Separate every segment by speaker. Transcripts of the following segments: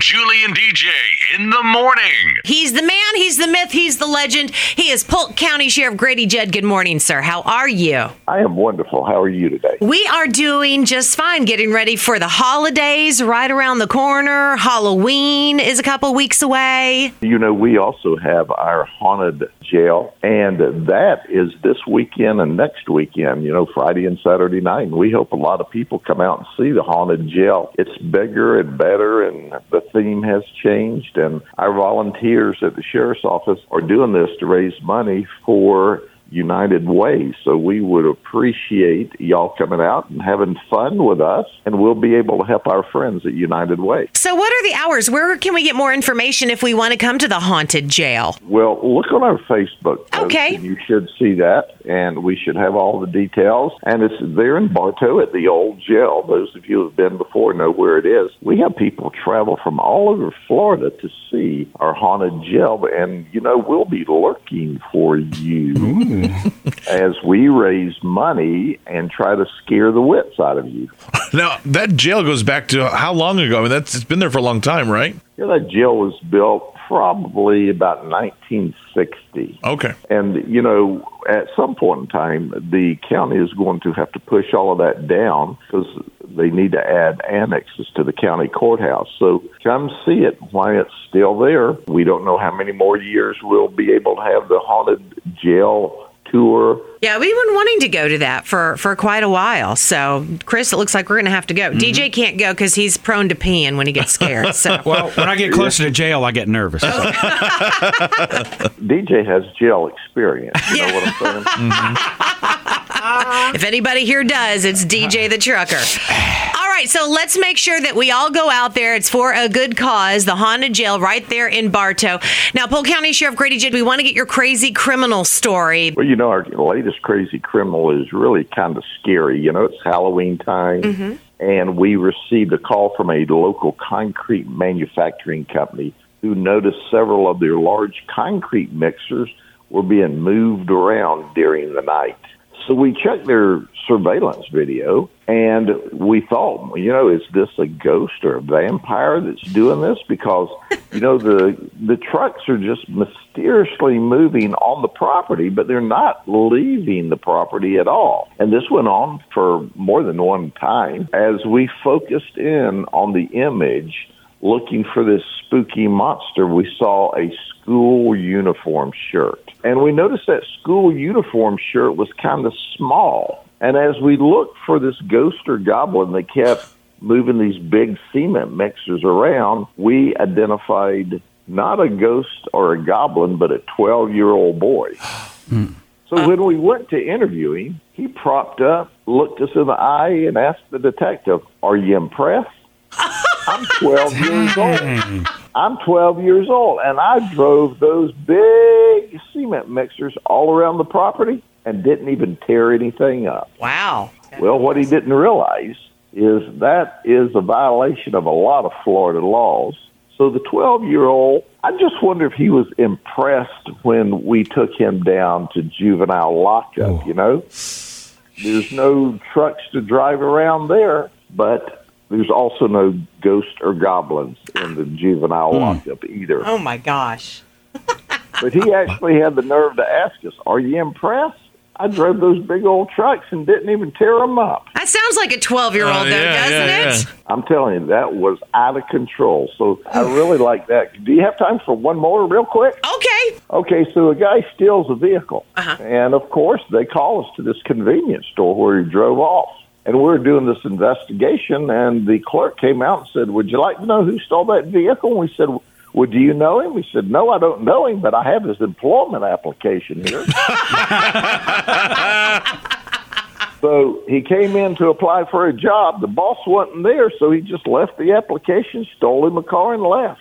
Speaker 1: Julie and DJ in the morning.
Speaker 2: He's the man, he's the myth, he's the legend. He is Polk County Sheriff Grady Judd. Good morning, sir. How are you?
Speaker 3: I am wonderful. How are you today?
Speaker 2: We are doing just fine, getting ready for the holidays right around the corner. Halloween is a couple weeks away.
Speaker 3: You know, we also have our haunted jail, and that is this weekend and next weekend, you know, Friday and Saturday night. And we hope a lot of people come out and see the haunted jail. It's bigger and better, and the theme has changed. And our volunteers at the sheriff's office are doing this to raise money for United Way. So we would appreciate y'all coming out and having fun with us, and we'll be able to help our friends at United Way.
Speaker 2: So, what are the hours? Where can we get more information if we want to come to the haunted jail?
Speaker 3: Well, look on our Facebook. post,
Speaker 2: Okay.
Speaker 3: and you should see that, and we should have all the details. And it's there in Bartow at the old jail. Those of you who have been before know where it is. We have people travel from all over Florida to see our haunted jail, and you know we'll be looking for you as we raise money and try to scare the wits out of you.
Speaker 4: Now that jail goes back to how long ago? I mean, that's it's been there for a long time, right?
Speaker 3: You know, that jail was built probably about 1960.
Speaker 4: Okay.
Speaker 3: And, you know, at some point in time, the county is going to have to push all of that down because they need to add annexes to the county courthouse. So come see it while it's still there. We don't know how many more years we'll be able to have the haunted jail tour.
Speaker 2: Yeah, we've been wanting to go to that for, for quite a while. So, Chris, it looks like we're going to have to go. DJ can't go because he's prone to peeing when he gets scared. So.
Speaker 5: Well, when I get closer to jail, I get nervous. So.
Speaker 3: DJ has jail experience. You know what I'm saying?
Speaker 2: If anybody here does, it's DJ the trucker. All right, so let's make sure that we all go out there. It's for a good cause, the haunted jail right there in Bartow. Now, Polk County Sheriff Grady Judd, we want to get your crazy criminal story.
Speaker 3: Well, you know, our latest crazy criminal is really kind of scary. You know, it's Halloween time, and we received a call from a local concrete manufacturing company who noticed several of their large concrete mixers were being moved around during the night. So we checked their surveillance video, and we thought, you know, is this a ghost or a vampire that's doing this? Because you know the the trucks are just mysteriously moving on the property, but they're not leaving the property at all. And this went on for more than one time as we focused in on the image looking for this spooky monster, we saw a school uniform shirt. And we noticed that school uniform shirt was kind of small. And as we looked for this ghost or goblin that kept moving these big cement mixers around, we identified not a ghost or a goblin, but a 12 year old boy. So when we went to interview him, he propped up, looked us in the eye, and asked the detective, Are you impressed? I'm 12 years old. I'm 12 years old, and I drove those big cement mixers all around the property and didn't even tear anything up.
Speaker 2: Wow.
Speaker 3: Well, what he didn't realize is that is a violation of a lot of Florida laws. So the 12 year old, I just wonder if he was impressed when we took him down to juvenile lockup, you know? There's no trucks to drive around there, but there's also no ghosts or goblins in the juvenile lockup either.
Speaker 2: Oh my gosh.
Speaker 3: But he actually had the nerve to ask us, Are you impressed? I drove those big old trucks and didn't even tear them up.
Speaker 2: That sounds like a 12 year old,
Speaker 4: Oh,
Speaker 2: though,
Speaker 4: yeah,
Speaker 2: doesn't
Speaker 4: yeah,
Speaker 2: it?
Speaker 3: I'm telling you, that was out of control. So I really like that. Do you have time for one more, real quick?
Speaker 2: Okay.
Speaker 3: Okay, so a guy steals a vehicle. And of course, they call us to this convenience store where he drove off. And we were doing this investigation, and the clerk came out and said, Would you like to know who stole that vehicle? And we said, Well, do you know him? He said, No, I don't know him, but I have his employment application here. So he came in to apply for a job. The boss wasn't there, so he just left the application, stole him a car, and left.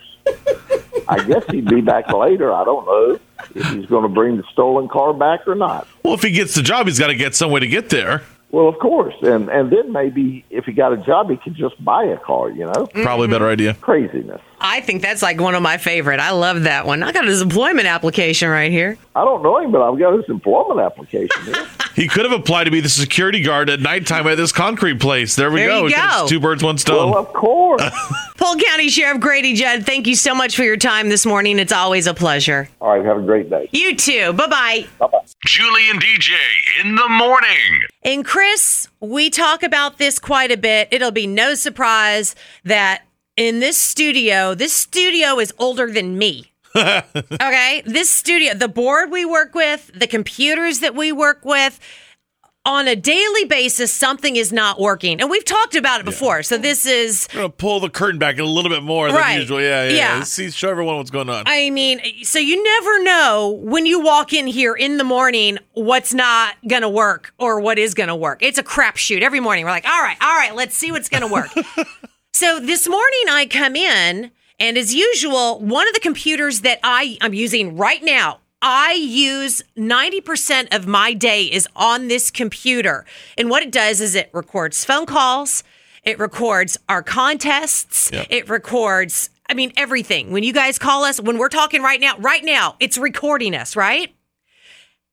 Speaker 3: I guess he'd be back later. I don't know if he's going to bring the stolen car back or not.
Speaker 4: Well, if he gets the job, he's got to get some way to get there.
Speaker 3: Well, of course, and and then maybe if he got a job, he could just buy a car. You know,
Speaker 4: Probably a better idea.
Speaker 3: craziness.
Speaker 2: I think that's like one of my favorite. I love that one. I got his employment application right here.
Speaker 3: I don't know him, but I've got his employment application here.
Speaker 4: He could have applied to be the security guard at nighttime at this concrete place. There we
Speaker 2: There
Speaker 4: go.
Speaker 2: you
Speaker 4: It
Speaker 2: go.
Speaker 4: takes Two birds, one stone.
Speaker 3: well, of course.
Speaker 2: Polk County Sheriff Grady Judd, thank you so much for your time this morning. It's always a pleasure.
Speaker 3: All right, have a great day.
Speaker 2: You too. Bye bye.
Speaker 1: Julie and DJ in the morning.
Speaker 2: And Chris, we talk about this quite a bit. It'll be no surprise that in this studio, this studio is older than me. okay. This studio, the board we work with, the computers that we work with, on a daily basis, something is not working. And we've talked about it before. So this is.
Speaker 4: We're gonna pull the curtain back a little bit more
Speaker 2: Right.
Speaker 4: than usual. Yeah, yeah.
Speaker 2: Yeah.
Speaker 4: yeah. See, show everyone what's going on.
Speaker 2: I mean, so you never know when you walk in here in the morning what's not going to work or what is going to work. It's a crapshoot every morning. We're like, all right, all right, let's see what's going to work. so this morning I come in, and as usual, one of the computers that I am using right now. I use 90% of my day is on this computer. And what it does is it records phone calls, it records our contests,
Speaker 4: Yep.
Speaker 2: it records, I mean, everything. When you guys call us, when we're talking right now, right now, it's recording us, right?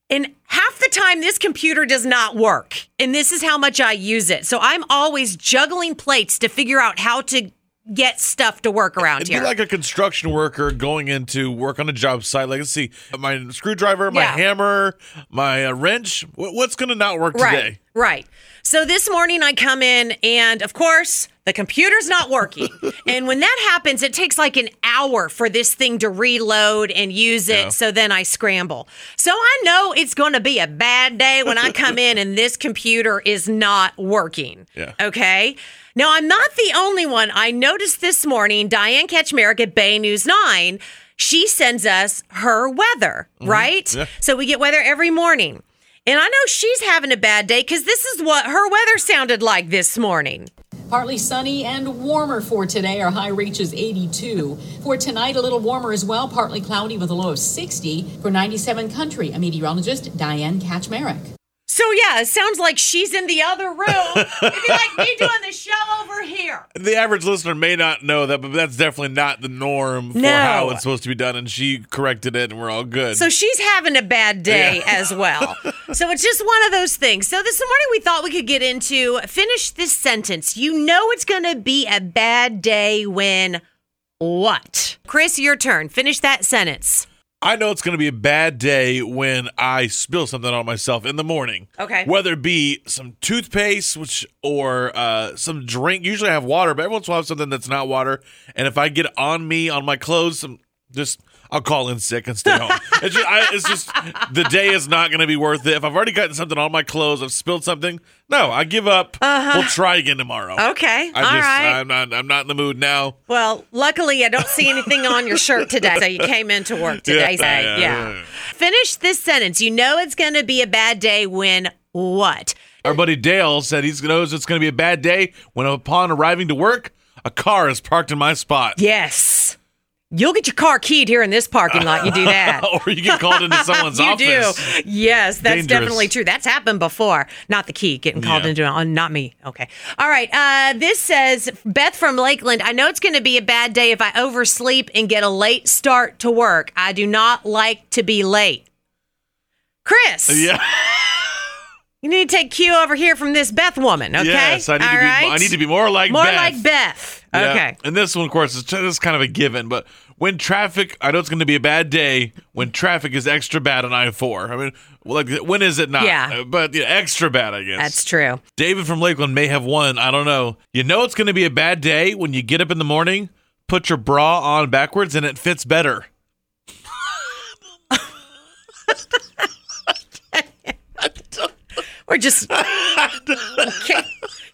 Speaker 2: And half the time, this computer does not work. And this is how much I use it. So I'm always juggling plates to figure out how to get stuff to work around
Speaker 4: It'd
Speaker 2: here.
Speaker 4: be like a construction worker going into work on a job site. Like, let's see, my screwdriver, my
Speaker 2: Yeah.
Speaker 4: hammer, my uh, wrench. What, what's going to not work today?
Speaker 2: Right. Right. So this morning I come in and of course the computer's not working. and when that happens, it takes like an hour for this thing to reload and use it. So then I scramble. So I know it's going to be a bad day when I come in and this computer is not working.
Speaker 4: Yeah.
Speaker 2: Okay. Now I'm not the only one. I noticed this morning Diane Ketchmerich at Bay News 9, she sends us her weather, right?
Speaker 4: Mm-hmm. Yeah.
Speaker 2: So we get weather every morning. And I know she's having a bad day because this is what her weather sounded like this morning.
Speaker 6: Partly sunny and warmer for today. Our high reaches 82. For tonight, a little warmer as well. Partly cloudy with a low of 60. For 97 Country, a meteorologist, Diane Kaczmarek.
Speaker 2: So yeah, it sounds like she's in the other room. It'd be like me doing the show over here.
Speaker 4: The average listener may not know that, but that's definitely not the norm for
Speaker 2: No.
Speaker 4: how it's supposed to be done. And she corrected it, and we're all good.
Speaker 2: So she's having a bad day
Speaker 4: Yeah.
Speaker 2: as well. so it's just one of those things. So this morning we thought we could get into finish this sentence. You know it's going to be a bad day when what? Chris, your turn. Finish that sentence.
Speaker 4: I know it's going to be a bad day when I spill something on myself in the morning.
Speaker 2: Okay.
Speaker 4: Whether it be some toothpaste, which or uh, some drink. Usually I have water, but every once in a while I have something that's not water. And if I get it on me on my clothes, some just I'll call in sick and stay home. It's just, I, it's just the day is not going to be worth it. If I've already gotten something on my clothes, I've spilled something. No, I give up. We'll try again tomorrow.
Speaker 2: Uh-huh. Okay.
Speaker 4: I
Speaker 2: All
Speaker 4: just,
Speaker 2: right.
Speaker 4: I'm not. I'm not in the mood now.
Speaker 2: Well, luckily, I don't see anything on your shirt today. So you came into work today. so,
Speaker 4: Yeah,
Speaker 2: Yeah.
Speaker 4: yeah, yeah.
Speaker 2: Finish this sentence. You know it's going to be a bad day when what?
Speaker 4: Our buddy Dale said he knows it's going to be a bad day when, upon arriving to work, a car is parked in my spot.
Speaker 2: Yes. You'll get your car keyed here in this parking lot. You do that.
Speaker 4: or you get called into someone's
Speaker 2: you
Speaker 4: office.
Speaker 2: do. Yes, that's
Speaker 4: Dangerous.
Speaker 2: definitely true. That's happened before. Not the key getting called
Speaker 4: Yeah.
Speaker 2: into it. on not me. Okay. All right. Uh, this says Beth from Lakeland. I know it's going to be a bad day if I oversleep and get a late start to work. I do not like to be late. Chris.
Speaker 4: Yeah.
Speaker 2: You need to take cue over here from this Beth woman, okay?
Speaker 4: Yes, I need, to be,
Speaker 2: All
Speaker 4: I
Speaker 2: right?
Speaker 4: need to be more like
Speaker 2: more
Speaker 4: Beth.
Speaker 2: like Beth.
Speaker 4: Yeah.
Speaker 2: Okay.
Speaker 4: And this one, of course, is this is kind of a given, but when traffic, I know it's going to be a bad day when traffic is extra bad on I 4. I mean, like, when is it not?
Speaker 2: Yeah.
Speaker 4: Uh, But yeah, extra bad, I guess.
Speaker 2: That's true.
Speaker 4: David from Lakeland may have won. I don't know. You know, it's going to be a bad day when you get up in the morning, put your bra on backwards, and it fits better.
Speaker 2: Or just okay.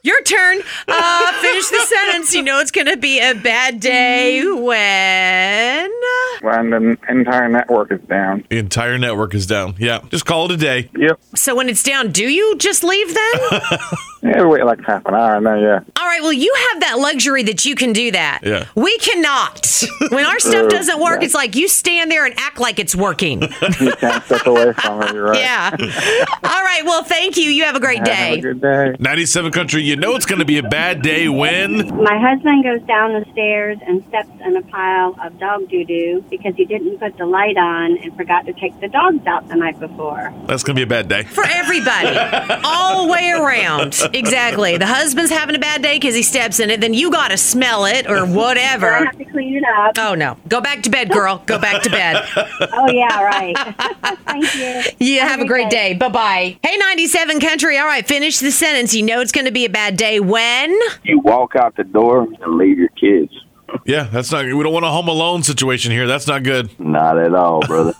Speaker 2: Your turn. Uh, finish the sentence. You know it's going to be a bad day when. uh,
Speaker 7: when the entire network is down.
Speaker 4: The entire network is down. Yeah. Just call it a day.
Speaker 7: Yep.
Speaker 2: So when it's down, do you just leave then?
Speaker 7: Yeah, wait like half an hour and then yeah.
Speaker 2: All right. Well, you have that luxury that you can do that.
Speaker 4: Yeah.
Speaker 2: We cannot. When our stuff doesn't work, it's like you stand there and act like it's working.
Speaker 7: You can't step away from it. You're right.
Speaker 2: Yeah. All right. Well, thank you. You have a great
Speaker 7: Have
Speaker 2: day.
Speaker 7: a good day.
Speaker 4: 97 Country, you know it's going to be a bad day when.
Speaker 8: My husband goes down the stairs and steps in a pile of dog doo doo
Speaker 2: because you didn't put the light on and forgot to take the dogs out the night before.
Speaker 4: That's gonna be a bad day.
Speaker 9: for everybody, all the way around. Exactly. The husband's having a bad day because he steps in it. Then you got to smell it or
Speaker 2: I
Speaker 9: whatever.
Speaker 2: have to clean it up.
Speaker 9: Oh no! Go back to bed, girl. Go back to bed.
Speaker 2: Oh, yeah, right. Thank you.
Speaker 9: Yeah, have a great day. Bye bye. Hey, 97 Country. All right, finish the sentence. You know it's going to be a bad day when?
Speaker 3: You walk out the door and leave your kids.
Speaker 4: Yeah, that's not. We don't want a home alone situation here. That's not good.
Speaker 3: Not at all, brother.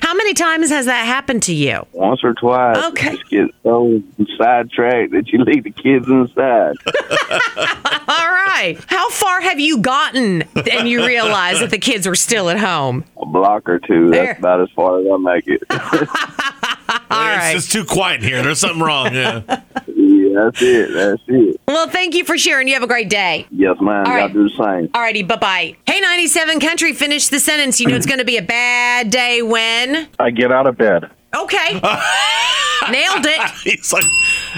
Speaker 9: How many times has that happened to you?
Speaker 3: Once or twice, you
Speaker 9: Okay.
Speaker 3: just get so sidetracked that you leave the kids inside.
Speaker 9: All right. How far have you gotten and you realize that the kids were still at home?
Speaker 3: A block or two.
Speaker 9: There.
Speaker 3: That's about as far as I make it.
Speaker 9: All
Speaker 4: it's
Speaker 9: right.
Speaker 4: just too quiet in here. There's something wrong. Yeah.
Speaker 3: yeah, that's it. That's it.
Speaker 9: Well, thank you for sharing. You have a great day.
Speaker 3: Yes, ma'am.
Speaker 9: All
Speaker 3: Y'all
Speaker 9: right.
Speaker 3: do the same.
Speaker 9: All righty. Bye bye. Hey, 97 Country, finish the sentence. You know it's going to be a bad day when?
Speaker 10: I get out of bed.
Speaker 9: Okay. Nailed it.
Speaker 4: He's like,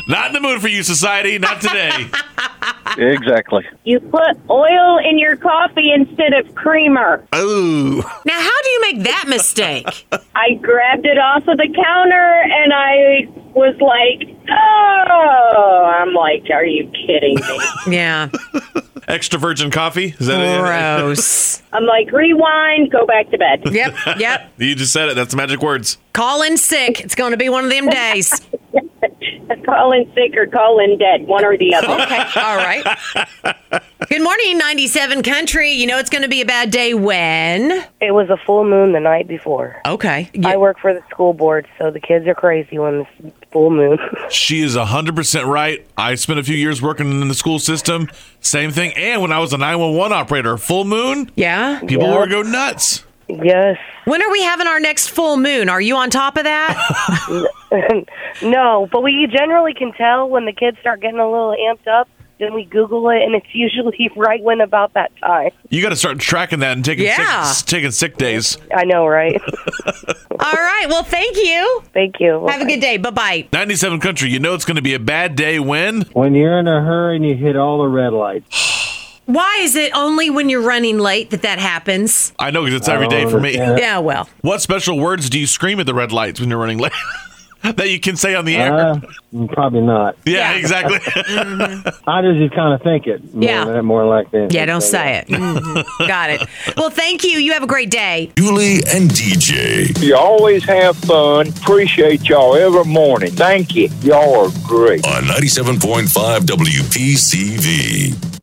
Speaker 4: not in the mood for you, society. Not today.
Speaker 10: Exactly.
Speaker 2: You put oil in your coffee instead of creamer.
Speaker 4: Ooh.
Speaker 9: Now, how do you make that mistake?
Speaker 2: I grabbed it off of the counter and I was like, oh, I'm like, are you kidding me?
Speaker 9: Yeah.
Speaker 4: Extra virgin coffee. Is that
Speaker 9: Gross.
Speaker 2: I'm like, rewind, go back to bed.
Speaker 9: Yep. Yep.
Speaker 4: it? You just said it. That's the magic words.
Speaker 9: Call in sick. It's going to be one of them days.
Speaker 2: call in sick or call in dead, one or the other.
Speaker 9: Okay. All right. Good morning, 97 Country. You know it's going to be a bad day when.
Speaker 8: It was a full moon the night before.
Speaker 9: Okay.
Speaker 8: I work for the school board, so the kids are crazy when it's full moon.
Speaker 4: She is 100% right. I spent a few years working in the school system. Same thing. And when I was a 911 operator, full moon,
Speaker 9: Yeah.
Speaker 4: people were go nuts.
Speaker 8: yes.
Speaker 9: When are we having our next full moon? Are you on top of that?
Speaker 8: No, but we generally can tell when the kids start getting a little amped up. Then we Google it, and it's usually right when about that time.
Speaker 4: You got to start tracking that and taking,
Speaker 9: Yeah.
Speaker 4: sick, taking sick days.
Speaker 8: I know, right?
Speaker 9: All right. Well, thank you.
Speaker 8: Thank you.
Speaker 9: Have a good day. Bye bye.
Speaker 4: 97 Country, you know it's going to be a bad day when?
Speaker 11: When you're in a hurry and you hit all the red lights.
Speaker 9: Why is it only when you're running late that that happens?
Speaker 4: I know because it's every day for me.
Speaker 9: Oh, Yeah, well.
Speaker 4: What special words do you scream at the red lights when you're running late? that you can say on the air.
Speaker 11: Uh, probably not.
Speaker 4: yeah,
Speaker 9: yeah.
Speaker 4: exactly.
Speaker 11: I just, just kind of think it. More,
Speaker 9: Yeah.
Speaker 11: More like that.
Speaker 9: Yeah, don't say it. Mhm. Got it. Well, thank you. You have a great day.
Speaker 1: Julie and DJ.
Speaker 3: You always have fun. Appreciate y'all every morning. Thank you. Y'all are great.
Speaker 1: On 97.5 WPCV.